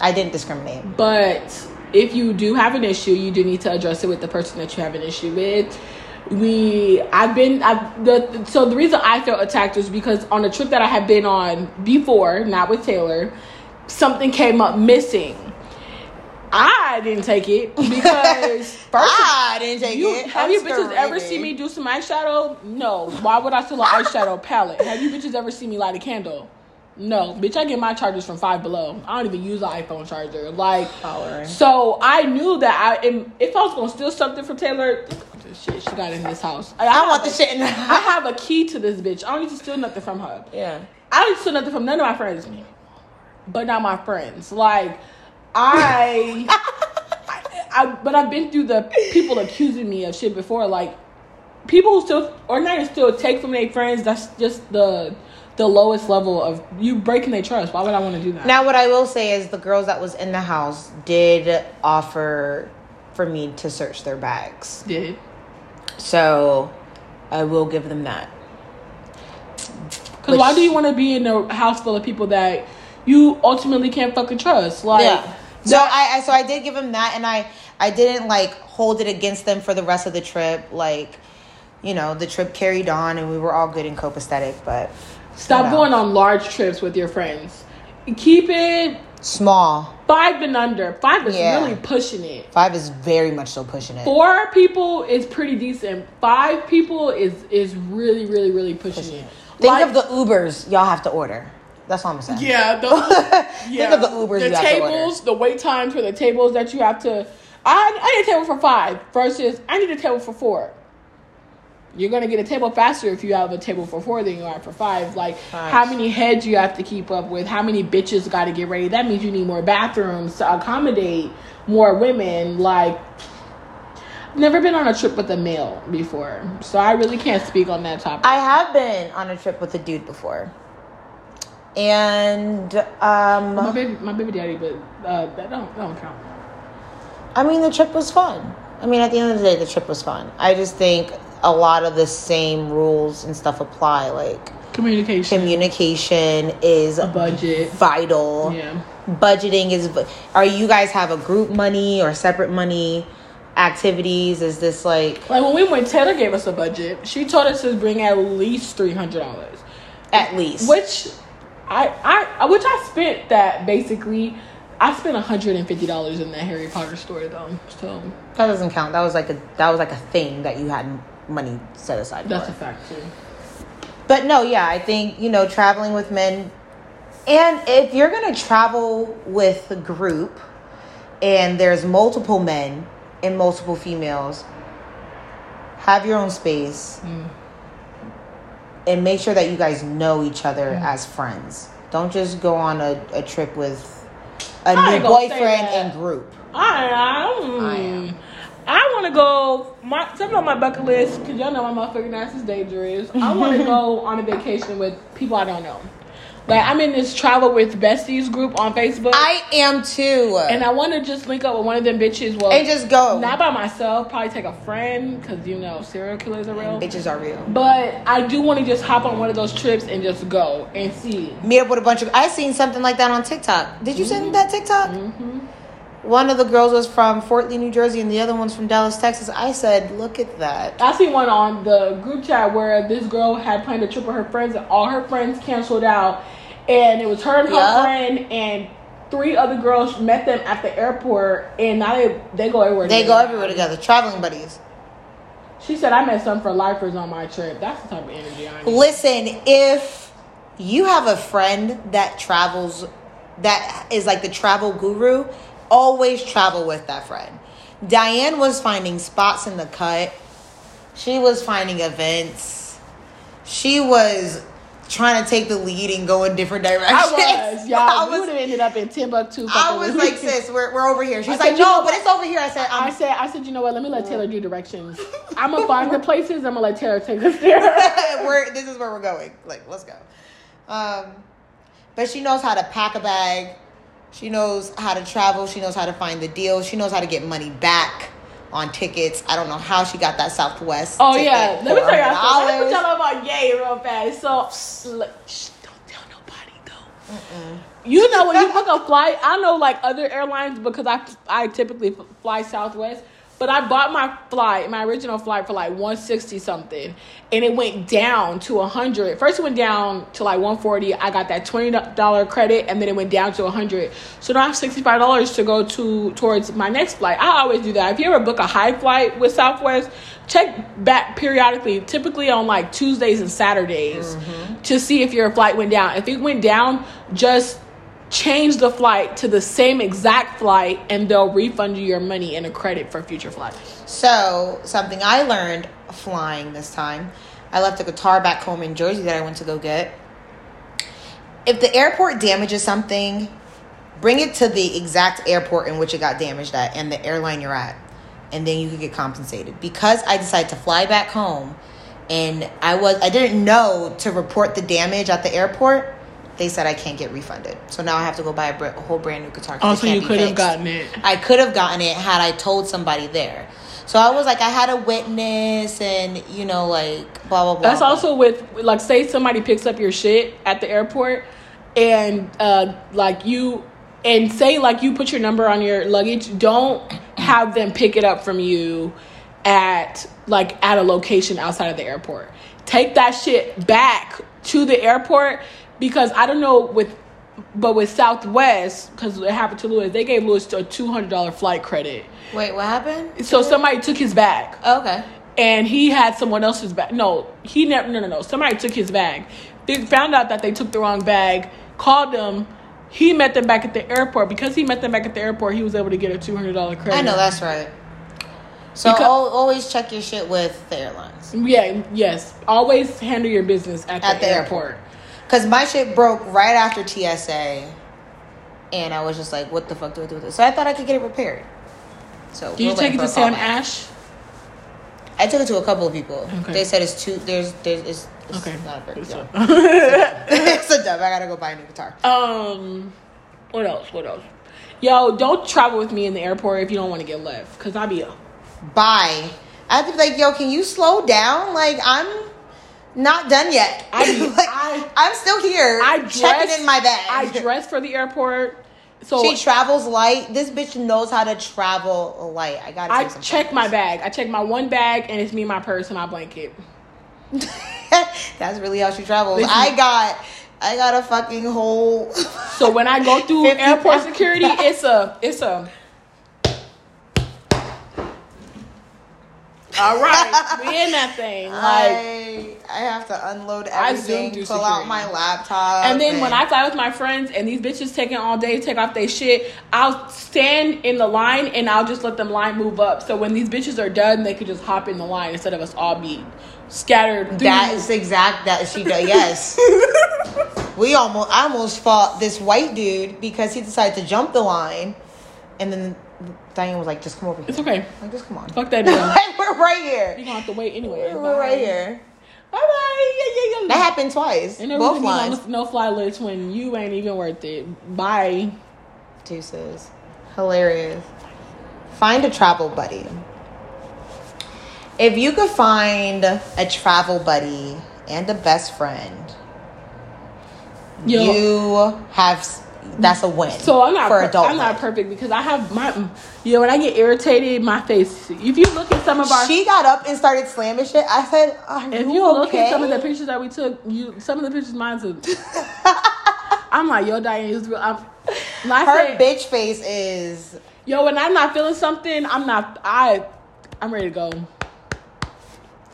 [SPEAKER 1] I didn't discriminate.
[SPEAKER 2] But if you do have an issue, you do need to address it with the person that you have an issue with. We, I've been, I've, the, so the reason I felt attacked was because on a trip that I had been on before, not with Taylor, something came up missing. I didn't take it because first of
[SPEAKER 1] I didn't take
[SPEAKER 2] you,
[SPEAKER 1] it.
[SPEAKER 2] have
[SPEAKER 1] I'm
[SPEAKER 2] you bitches ever
[SPEAKER 1] screaming.
[SPEAKER 2] seen me do some eyeshadow? No. Why would I steal an eyeshadow palette? Have you bitches ever seen me light a candle? No, bitch. I get my chargers from Five Below. I don't even use an iPhone charger. Like,
[SPEAKER 1] Hollering.
[SPEAKER 2] so I knew that I am. If I was gonna steal something from Taylor, this shit she got in this house. I,
[SPEAKER 1] I
[SPEAKER 2] have
[SPEAKER 1] want the
[SPEAKER 2] a-
[SPEAKER 1] shit in the
[SPEAKER 2] I have a key to this bitch. I don't need to steal nothing from her.
[SPEAKER 1] Yeah.
[SPEAKER 2] I didn't steal nothing from none of my friends, but not my friends. Like I, I, I- but I've been through the people accusing me of shit before. Like people who still or not even still take from their friends. That's just the the lowest level of you breaking their trust. Why would I want to do that?
[SPEAKER 1] Now, what I will say is the girls that was in the house did offer for me to search their bags.
[SPEAKER 2] did
[SPEAKER 1] So I will give them that.
[SPEAKER 2] because why do you want to be in a house full of people that you ultimately can't fucking trust? Like.
[SPEAKER 1] yeah. So I, I so I did give them that, and I I didn't like hold it against them for the rest of the trip. Like, you know, the trip carried on, and we were all good and copacetic, but
[SPEAKER 2] Stop
[SPEAKER 1] No.
[SPEAKER 2] going on large trips with your friends. Keep it
[SPEAKER 1] small.
[SPEAKER 2] five and under. Five is
[SPEAKER 1] Yeah.
[SPEAKER 2] really pushing it.
[SPEAKER 1] Five is very much still pushing it.
[SPEAKER 2] Four people is pretty decent. Five people is is really, really, really pushing it.
[SPEAKER 1] Think
[SPEAKER 2] Like,
[SPEAKER 1] of the Ubers y'all have to order. That's all I'm saying.
[SPEAKER 2] Yeah, the, yeah.
[SPEAKER 1] of the Ubers you have to
[SPEAKER 2] tables, the wait times for the tables that you have to. I I need a table for five versus I need a table for four. You're gonna get a table faster if you have a table for four than you are for five. Like how
[SPEAKER 1] Facts.
[SPEAKER 2] many heads you have to keep up with, how many bitches got to get ready. That means you need more bathrooms to accommodate more women. Like. Never been on a trip with a male before, so I really can't speak on that topic.
[SPEAKER 1] I have been on a trip with a dude before. And
[SPEAKER 2] my
[SPEAKER 1] um
[SPEAKER 2] baby, my baby daddy, but uh, that don't that don't count.
[SPEAKER 1] I mean the trip was fun. I mean at the end of the day the trip was fun. I just think a lot of the same rules and stuff apply like
[SPEAKER 2] Communication.
[SPEAKER 1] communication is
[SPEAKER 2] a budget.
[SPEAKER 1] vital.
[SPEAKER 2] Yeah.
[SPEAKER 1] Budgeting is v- are you guys have a group money or separate money activities is this like
[SPEAKER 2] Like when we went, Taylor gave us a budget. She told us to bring at least three hundred dollars,
[SPEAKER 1] at least
[SPEAKER 2] which I I which I spent that basically. I spent hundred and fifty dollars in that Harry Potter store though, so
[SPEAKER 1] that doesn't count. That was like a that was like a thing that you had money set aside
[SPEAKER 2] that's
[SPEAKER 1] for.
[SPEAKER 2] a fact too.
[SPEAKER 1] But no, yeah, I think, you know, traveling with men and if you're going to travel with a group and there's multiple men and multiple females, have your own space
[SPEAKER 2] Mm.
[SPEAKER 1] and make sure that you guys know each other
[SPEAKER 2] Mm.
[SPEAKER 1] as friends. Don't just go on a, a trip with a
[SPEAKER 2] I
[SPEAKER 1] new
[SPEAKER 2] ain't gonna say
[SPEAKER 1] boyfriend
[SPEAKER 2] that.
[SPEAKER 1] and group.
[SPEAKER 2] I I'm-
[SPEAKER 1] I am.
[SPEAKER 2] I want to go. My something on my bucket list because y'all know my motherfucking ass is dangerous. I want to go on a vacation with people I don't know. Like I'm in this travel with besties group on Facebook.
[SPEAKER 1] I am too.
[SPEAKER 2] And
[SPEAKER 1] And,
[SPEAKER 2] I want to just link up with one of them bitches. Well,
[SPEAKER 1] just go.
[SPEAKER 2] not by myself. Probably take a friend because you know serial killers are real.
[SPEAKER 1] Bitches are real.
[SPEAKER 2] But I do want to just hop on one of those trips and just go and see.
[SPEAKER 1] meet up with a bunch of. I seen something like that on TikTok. Did you send that TikTok?
[SPEAKER 2] Mm-hmm.
[SPEAKER 1] One of the girls was from Fort Lee, New Jersey, and the other one's from Dallas, Texas. I said, "Look at that."
[SPEAKER 2] I seen one on the group chat where this girl had planned a trip with her friends and all her friends canceled out, and it was her and her
[SPEAKER 1] Yup.
[SPEAKER 2] friend and three other girls met them at the airport, and now they they go everywhere.
[SPEAKER 1] They go
[SPEAKER 2] together.
[SPEAKER 1] everywhere together, traveling buddies.
[SPEAKER 2] She said, "I met some for lifers on my trip." That's the type of energy I need.
[SPEAKER 1] Listen, if you have a friend that travels, that is like the travel guru, always travel with that friend. Diane was finding spots in the cut. She was finding events. She was trying to take the lead and go in different directions.
[SPEAKER 2] I was, y'all.
[SPEAKER 1] I
[SPEAKER 2] we
[SPEAKER 1] was,
[SPEAKER 2] would have ended up in Timbuktu.
[SPEAKER 1] I
[SPEAKER 2] fucking
[SPEAKER 1] was
[SPEAKER 2] with-
[SPEAKER 1] like, sis, we're, we're over here. She's
[SPEAKER 2] said,
[SPEAKER 1] like,
[SPEAKER 2] you
[SPEAKER 1] no,
[SPEAKER 2] know
[SPEAKER 1] but
[SPEAKER 2] what?
[SPEAKER 1] it's over here. I said,
[SPEAKER 2] I
[SPEAKER 1] I'm,
[SPEAKER 2] said, I said, you know what? Let me let Taylor do directions. I'm gonna find the places. I'm gonna let Taylor take us there.
[SPEAKER 1] we're, this is where we're going. Like, let's go. Um, but she knows how to pack a bag. She knows how to travel. She knows how to find the deal. She knows how to get money back on tickets. I don't know how she got that Southwest.
[SPEAKER 2] Oh
[SPEAKER 1] ticket
[SPEAKER 2] yeah, let me
[SPEAKER 1] for
[SPEAKER 2] tell y'all. something. Let me
[SPEAKER 1] $100.
[SPEAKER 2] tell y'all about Yay real fast. So, look, shh, don't tell nobody though. You know when you book a flight, I know like other airlines because I I typically f- fly Southwest. But I bought my flight, my original flight for like 160 something, and it went down to 100. First it went down to like 140. I got that $20 credit, and then it went down to 100. So now I have $65 to go to towards my next flight. I always do that. If you ever book a high flight with Southwest, check back periodically, typically on like Tuesdays and Saturdays, to see if your flight went down. If it went down, just change the flight to the same exact flight and they'll refund you your money and a credit for future flights.
[SPEAKER 1] So, something I learned flying this time, I left a guitar back home in Jersey that I went to go get. If the airport damages something, bring it to the exact airport in which it got damaged at and the airline you're at, and then you could get compensated. Because I decided to fly back home and I was I didn't know to report the damage at the airport. They said I can't get refunded, so now I have to go buy a, br- a whole brand new guitar. 'cause it can't be fixed.
[SPEAKER 2] it.
[SPEAKER 1] I could have gotten it had I told somebody there. So I was like, I had a witness, and you know, like blah blah blah.
[SPEAKER 2] That's also with like say somebody picks up your shit at the airport and uh like you and say like you put your number on your luggage, don't have them pick it up from you at like at a location outside of the airport. Take that shit back to the airport because I don't know with but with Southwest cuz it happened to Lewis, they gave Lewis a $200 flight credit.
[SPEAKER 1] Wait, what happened?
[SPEAKER 2] So somebody took his bag
[SPEAKER 1] Okay.
[SPEAKER 2] and he had someone else's bag. No, he never. No, no, no. Somebody took his bag. They found out that they took the wrong bag, called them. He met them back at the airport. Because he met them back at the airport, he was able to get a two hundred dollar credit.
[SPEAKER 1] I know that's right. So
[SPEAKER 2] Because-
[SPEAKER 1] al always check your shit with the airlines.
[SPEAKER 2] Yeah. Yes. Always handle your business at the,
[SPEAKER 1] At the
[SPEAKER 2] airport.
[SPEAKER 1] Cause my shit broke right after TSA, and I was just like, "What the fuck do I do with this?" So I thought I could get it repaired. So
[SPEAKER 2] Did you
[SPEAKER 1] we're
[SPEAKER 2] take
[SPEAKER 1] waiting
[SPEAKER 2] it
[SPEAKER 1] for
[SPEAKER 2] to
[SPEAKER 1] a
[SPEAKER 2] Sam
[SPEAKER 1] callback.
[SPEAKER 2] Ash?
[SPEAKER 1] I took it to a couple of people.
[SPEAKER 2] Okay.
[SPEAKER 1] They said it's too. There's there's it's, it's
[SPEAKER 2] Okay.
[SPEAKER 1] not a big
[SPEAKER 2] So-
[SPEAKER 1] deal. it's a dub. I gotta go buy a new guitar.
[SPEAKER 2] Um, what else? What else? Yo, don't travel with me in the airport if you don't want to get left, cause I'll be a
[SPEAKER 1] Bye. I have to be like, yo, can you slow down? Like I'm not done yet.
[SPEAKER 2] I-
[SPEAKER 1] like,
[SPEAKER 2] I-
[SPEAKER 1] I'm still here.
[SPEAKER 2] I
[SPEAKER 1] checking
[SPEAKER 2] dress
[SPEAKER 1] in my bag.
[SPEAKER 2] I dress for the airport, so
[SPEAKER 1] She travels light. This bitch knows how to travel light. I gotta.
[SPEAKER 2] I
[SPEAKER 1] take some
[SPEAKER 2] check my bag. I check my one bag, and it's me, my purse, and my blanket.
[SPEAKER 1] That's really how she travels.
[SPEAKER 2] Listen.
[SPEAKER 1] I got, I got a fucking whole.
[SPEAKER 2] So when I go through
[SPEAKER 1] 50
[SPEAKER 2] airport
[SPEAKER 1] pounds.
[SPEAKER 2] security, it's a, it's a. All right, we in that thing. Like,
[SPEAKER 1] I, I have to unload
[SPEAKER 2] I zoomed
[SPEAKER 1] everything,
[SPEAKER 2] through
[SPEAKER 1] pull out
[SPEAKER 2] security.
[SPEAKER 1] my laptop,
[SPEAKER 2] And then when I fly with my friends and these bitches taking all day to take off their shit, I'll stand in the line and I'll just let them line move up. So when these bitches are done, they could just hop in the line instead of us all being scattered. through.
[SPEAKER 1] that's exact that she does. Yes, we almost I almost fought this white dude because he decided to jump the line, and then Diane was like, "Just come over here."
[SPEAKER 2] it's okay.
[SPEAKER 1] Like, just come on.
[SPEAKER 2] Fuck that deal.
[SPEAKER 1] We're right here.
[SPEAKER 2] You're gonna have to wait anyway.
[SPEAKER 1] We're right here.
[SPEAKER 2] Bye bye. Yeah, yeah, yeah.
[SPEAKER 1] That happened twice.
[SPEAKER 2] and there
[SPEAKER 1] Both
[SPEAKER 2] was on
[SPEAKER 1] lines.
[SPEAKER 2] the no fly list when you ain't even worth it. Bye.
[SPEAKER 1] Deuces. Hilarious. Find a travel buddy. If you could find a travel buddy and a best friend,
[SPEAKER 2] Yo.
[SPEAKER 1] you have s- that's a win.
[SPEAKER 2] So I'm not
[SPEAKER 1] for
[SPEAKER 2] per-
[SPEAKER 1] adult.
[SPEAKER 2] I'm not perfect because I have my you know when I get irritated, my face. If you look at some of our
[SPEAKER 1] she got up and started slamming shit. I said, Are
[SPEAKER 2] If
[SPEAKER 1] you,
[SPEAKER 2] you look
[SPEAKER 1] okay?
[SPEAKER 2] at some of the pictures that we took, you some of the pictures mine's. A, I'm like, yo, Diane is real. I'm, when I
[SPEAKER 1] her
[SPEAKER 2] say,
[SPEAKER 1] bitch face is
[SPEAKER 2] yo, when I'm not feeling something, I'm not. I, I'm ready to go.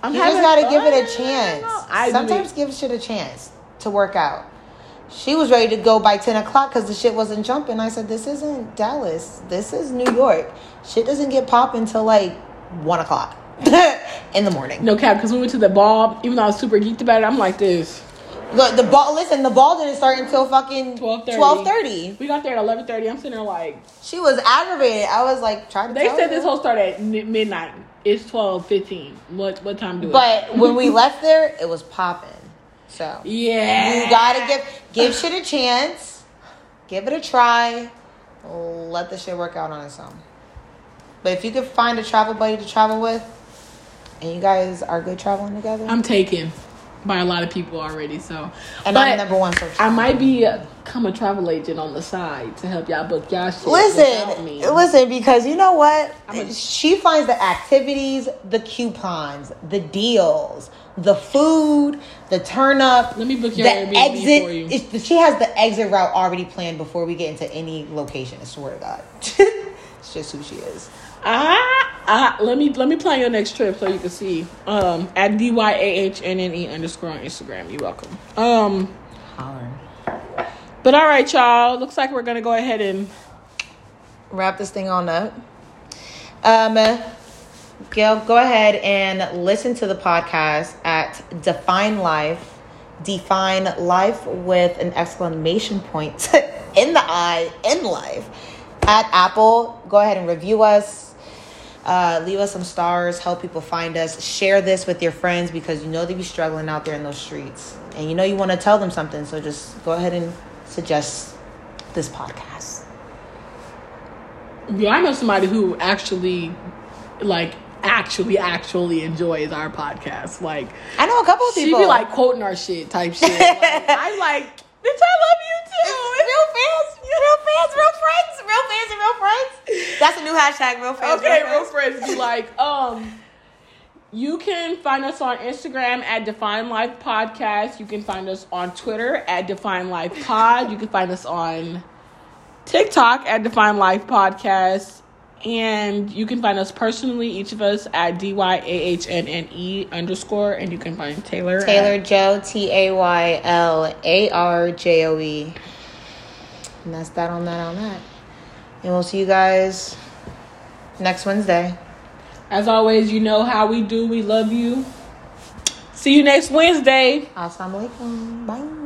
[SPEAKER 2] I'm
[SPEAKER 1] you just
[SPEAKER 2] having
[SPEAKER 1] gotta
[SPEAKER 2] fun.
[SPEAKER 1] give it a chance.
[SPEAKER 2] I
[SPEAKER 1] Sometimes give shit a chance to work out. She was ready to go by ten o'clock because the shit wasn't jumping. I said, "This isn't Dallas. This is New York. Shit doesn't get popping until like one o'clock in the morning."
[SPEAKER 2] no cap because we went to the ball. Even though I was super geeked about it, I'm like this.
[SPEAKER 1] Look, the ball. Listen, the ball didn't start until fucking
[SPEAKER 2] 12:30.
[SPEAKER 1] twelve thirty.
[SPEAKER 2] We got there at 11:30. I'm sitting there like
[SPEAKER 1] She was aggravated. I was like, "Trying to."
[SPEAKER 2] they
[SPEAKER 1] tell
[SPEAKER 2] said
[SPEAKER 1] her.
[SPEAKER 2] this whole started at mi- midnight. It's 12:15. What what time do it?
[SPEAKER 1] But when we left there, it was popping. So
[SPEAKER 2] yeah,
[SPEAKER 1] You gotta give give shit a chance. Give it a try. Let the shit work out on its own. But if you could find a travel buddy to travel with, and you guys are good traveling together,
[SPEAKER 2] I'm taken by a lot of people already, so.
[SPEAKER 1] and
[SPEAKER 2] but
[SPEAKER 1] I'm number one search.
[SPEAKER 2] I might be uh, come a travel agent on the side to help y'all book y'all shit. without
[SPEAKER 1] listen,
[SPEAKER 2] me.
[SPEAKER 1] listen, because you know what?
[SPEAKER 2] I'm a-
[SPEAKER 1] she finds the activities, the coupons, the deals, the food, the turn up.
[SPEAKER 2] Let me book your
[SPEAKER 1] the
[SPEAKER 2] Airbnb
[SPEAKER 1] exit.
[SPEAKER 2] for you.
[SPEAKER 1] it's- she has the exit route already planned before we get into any location. I swear to God, it's just who she is.
[SPEAKER 2] Ah, ah, let me let me plan your next trip so you can see. Um, at d y a h n n e underscore on Instagram. You're welcome. Um,
[SPEAKER 1] Holler.
[SPEAKER 2] but all right, y'all. Looks like we're gonna go ahead and
[SPEAKER 1] Wrap this thing on up. Um, go go ahead and listen to the podcast at Define Life. Define life with an exclamation point in the eye in life at Apple. Go ahead and review us. Uh, leave us some stars. Help people find us. Share this with your friends because you know they be struggling out there in those streets, and you know you want to tell them something. So just go ahead and suggest this podcast.
[SPEAKER 2] Yeah, I know somebody who actually, like, actually, actually enjoys our podcast. Like,
[SPEAKER 1] I know a couple of
[SPEAKER 2] she
[SPEAKER 1] people.
[SPEAKER 2] be like quoting our shit type shit. Like, I'm like, bitch, I love you too.
[SPEAKER 1] real fans, real fans, real friends, real fans and real friends. That's a new hashtag, real fans.
[SPEAKER 2] okay,
[SPEAKER 1] real
[SPEAKER 2] real
[SPEAKER 1] friends.
[SPEAKER 2] friends be like, um, you can find us on Instagram at Define Life Podcast. You can find us on Twitter at Define Life Pod. You can find us on TikTok at Define Life Podcast. And you can find us personally, each of us at D Y A H N N E underscore, and you can find Taylor. at-
[SPEAKER 1] Taylor Joe, T A Y L A R J O E. And that's that on that on that. And we'll see you guys next Wednesday.
[SPEAKER 2] As always, you know how we do. We love you. See you next Wednesday.
[SPEAKER 1] Assalamu alaikum. Bye.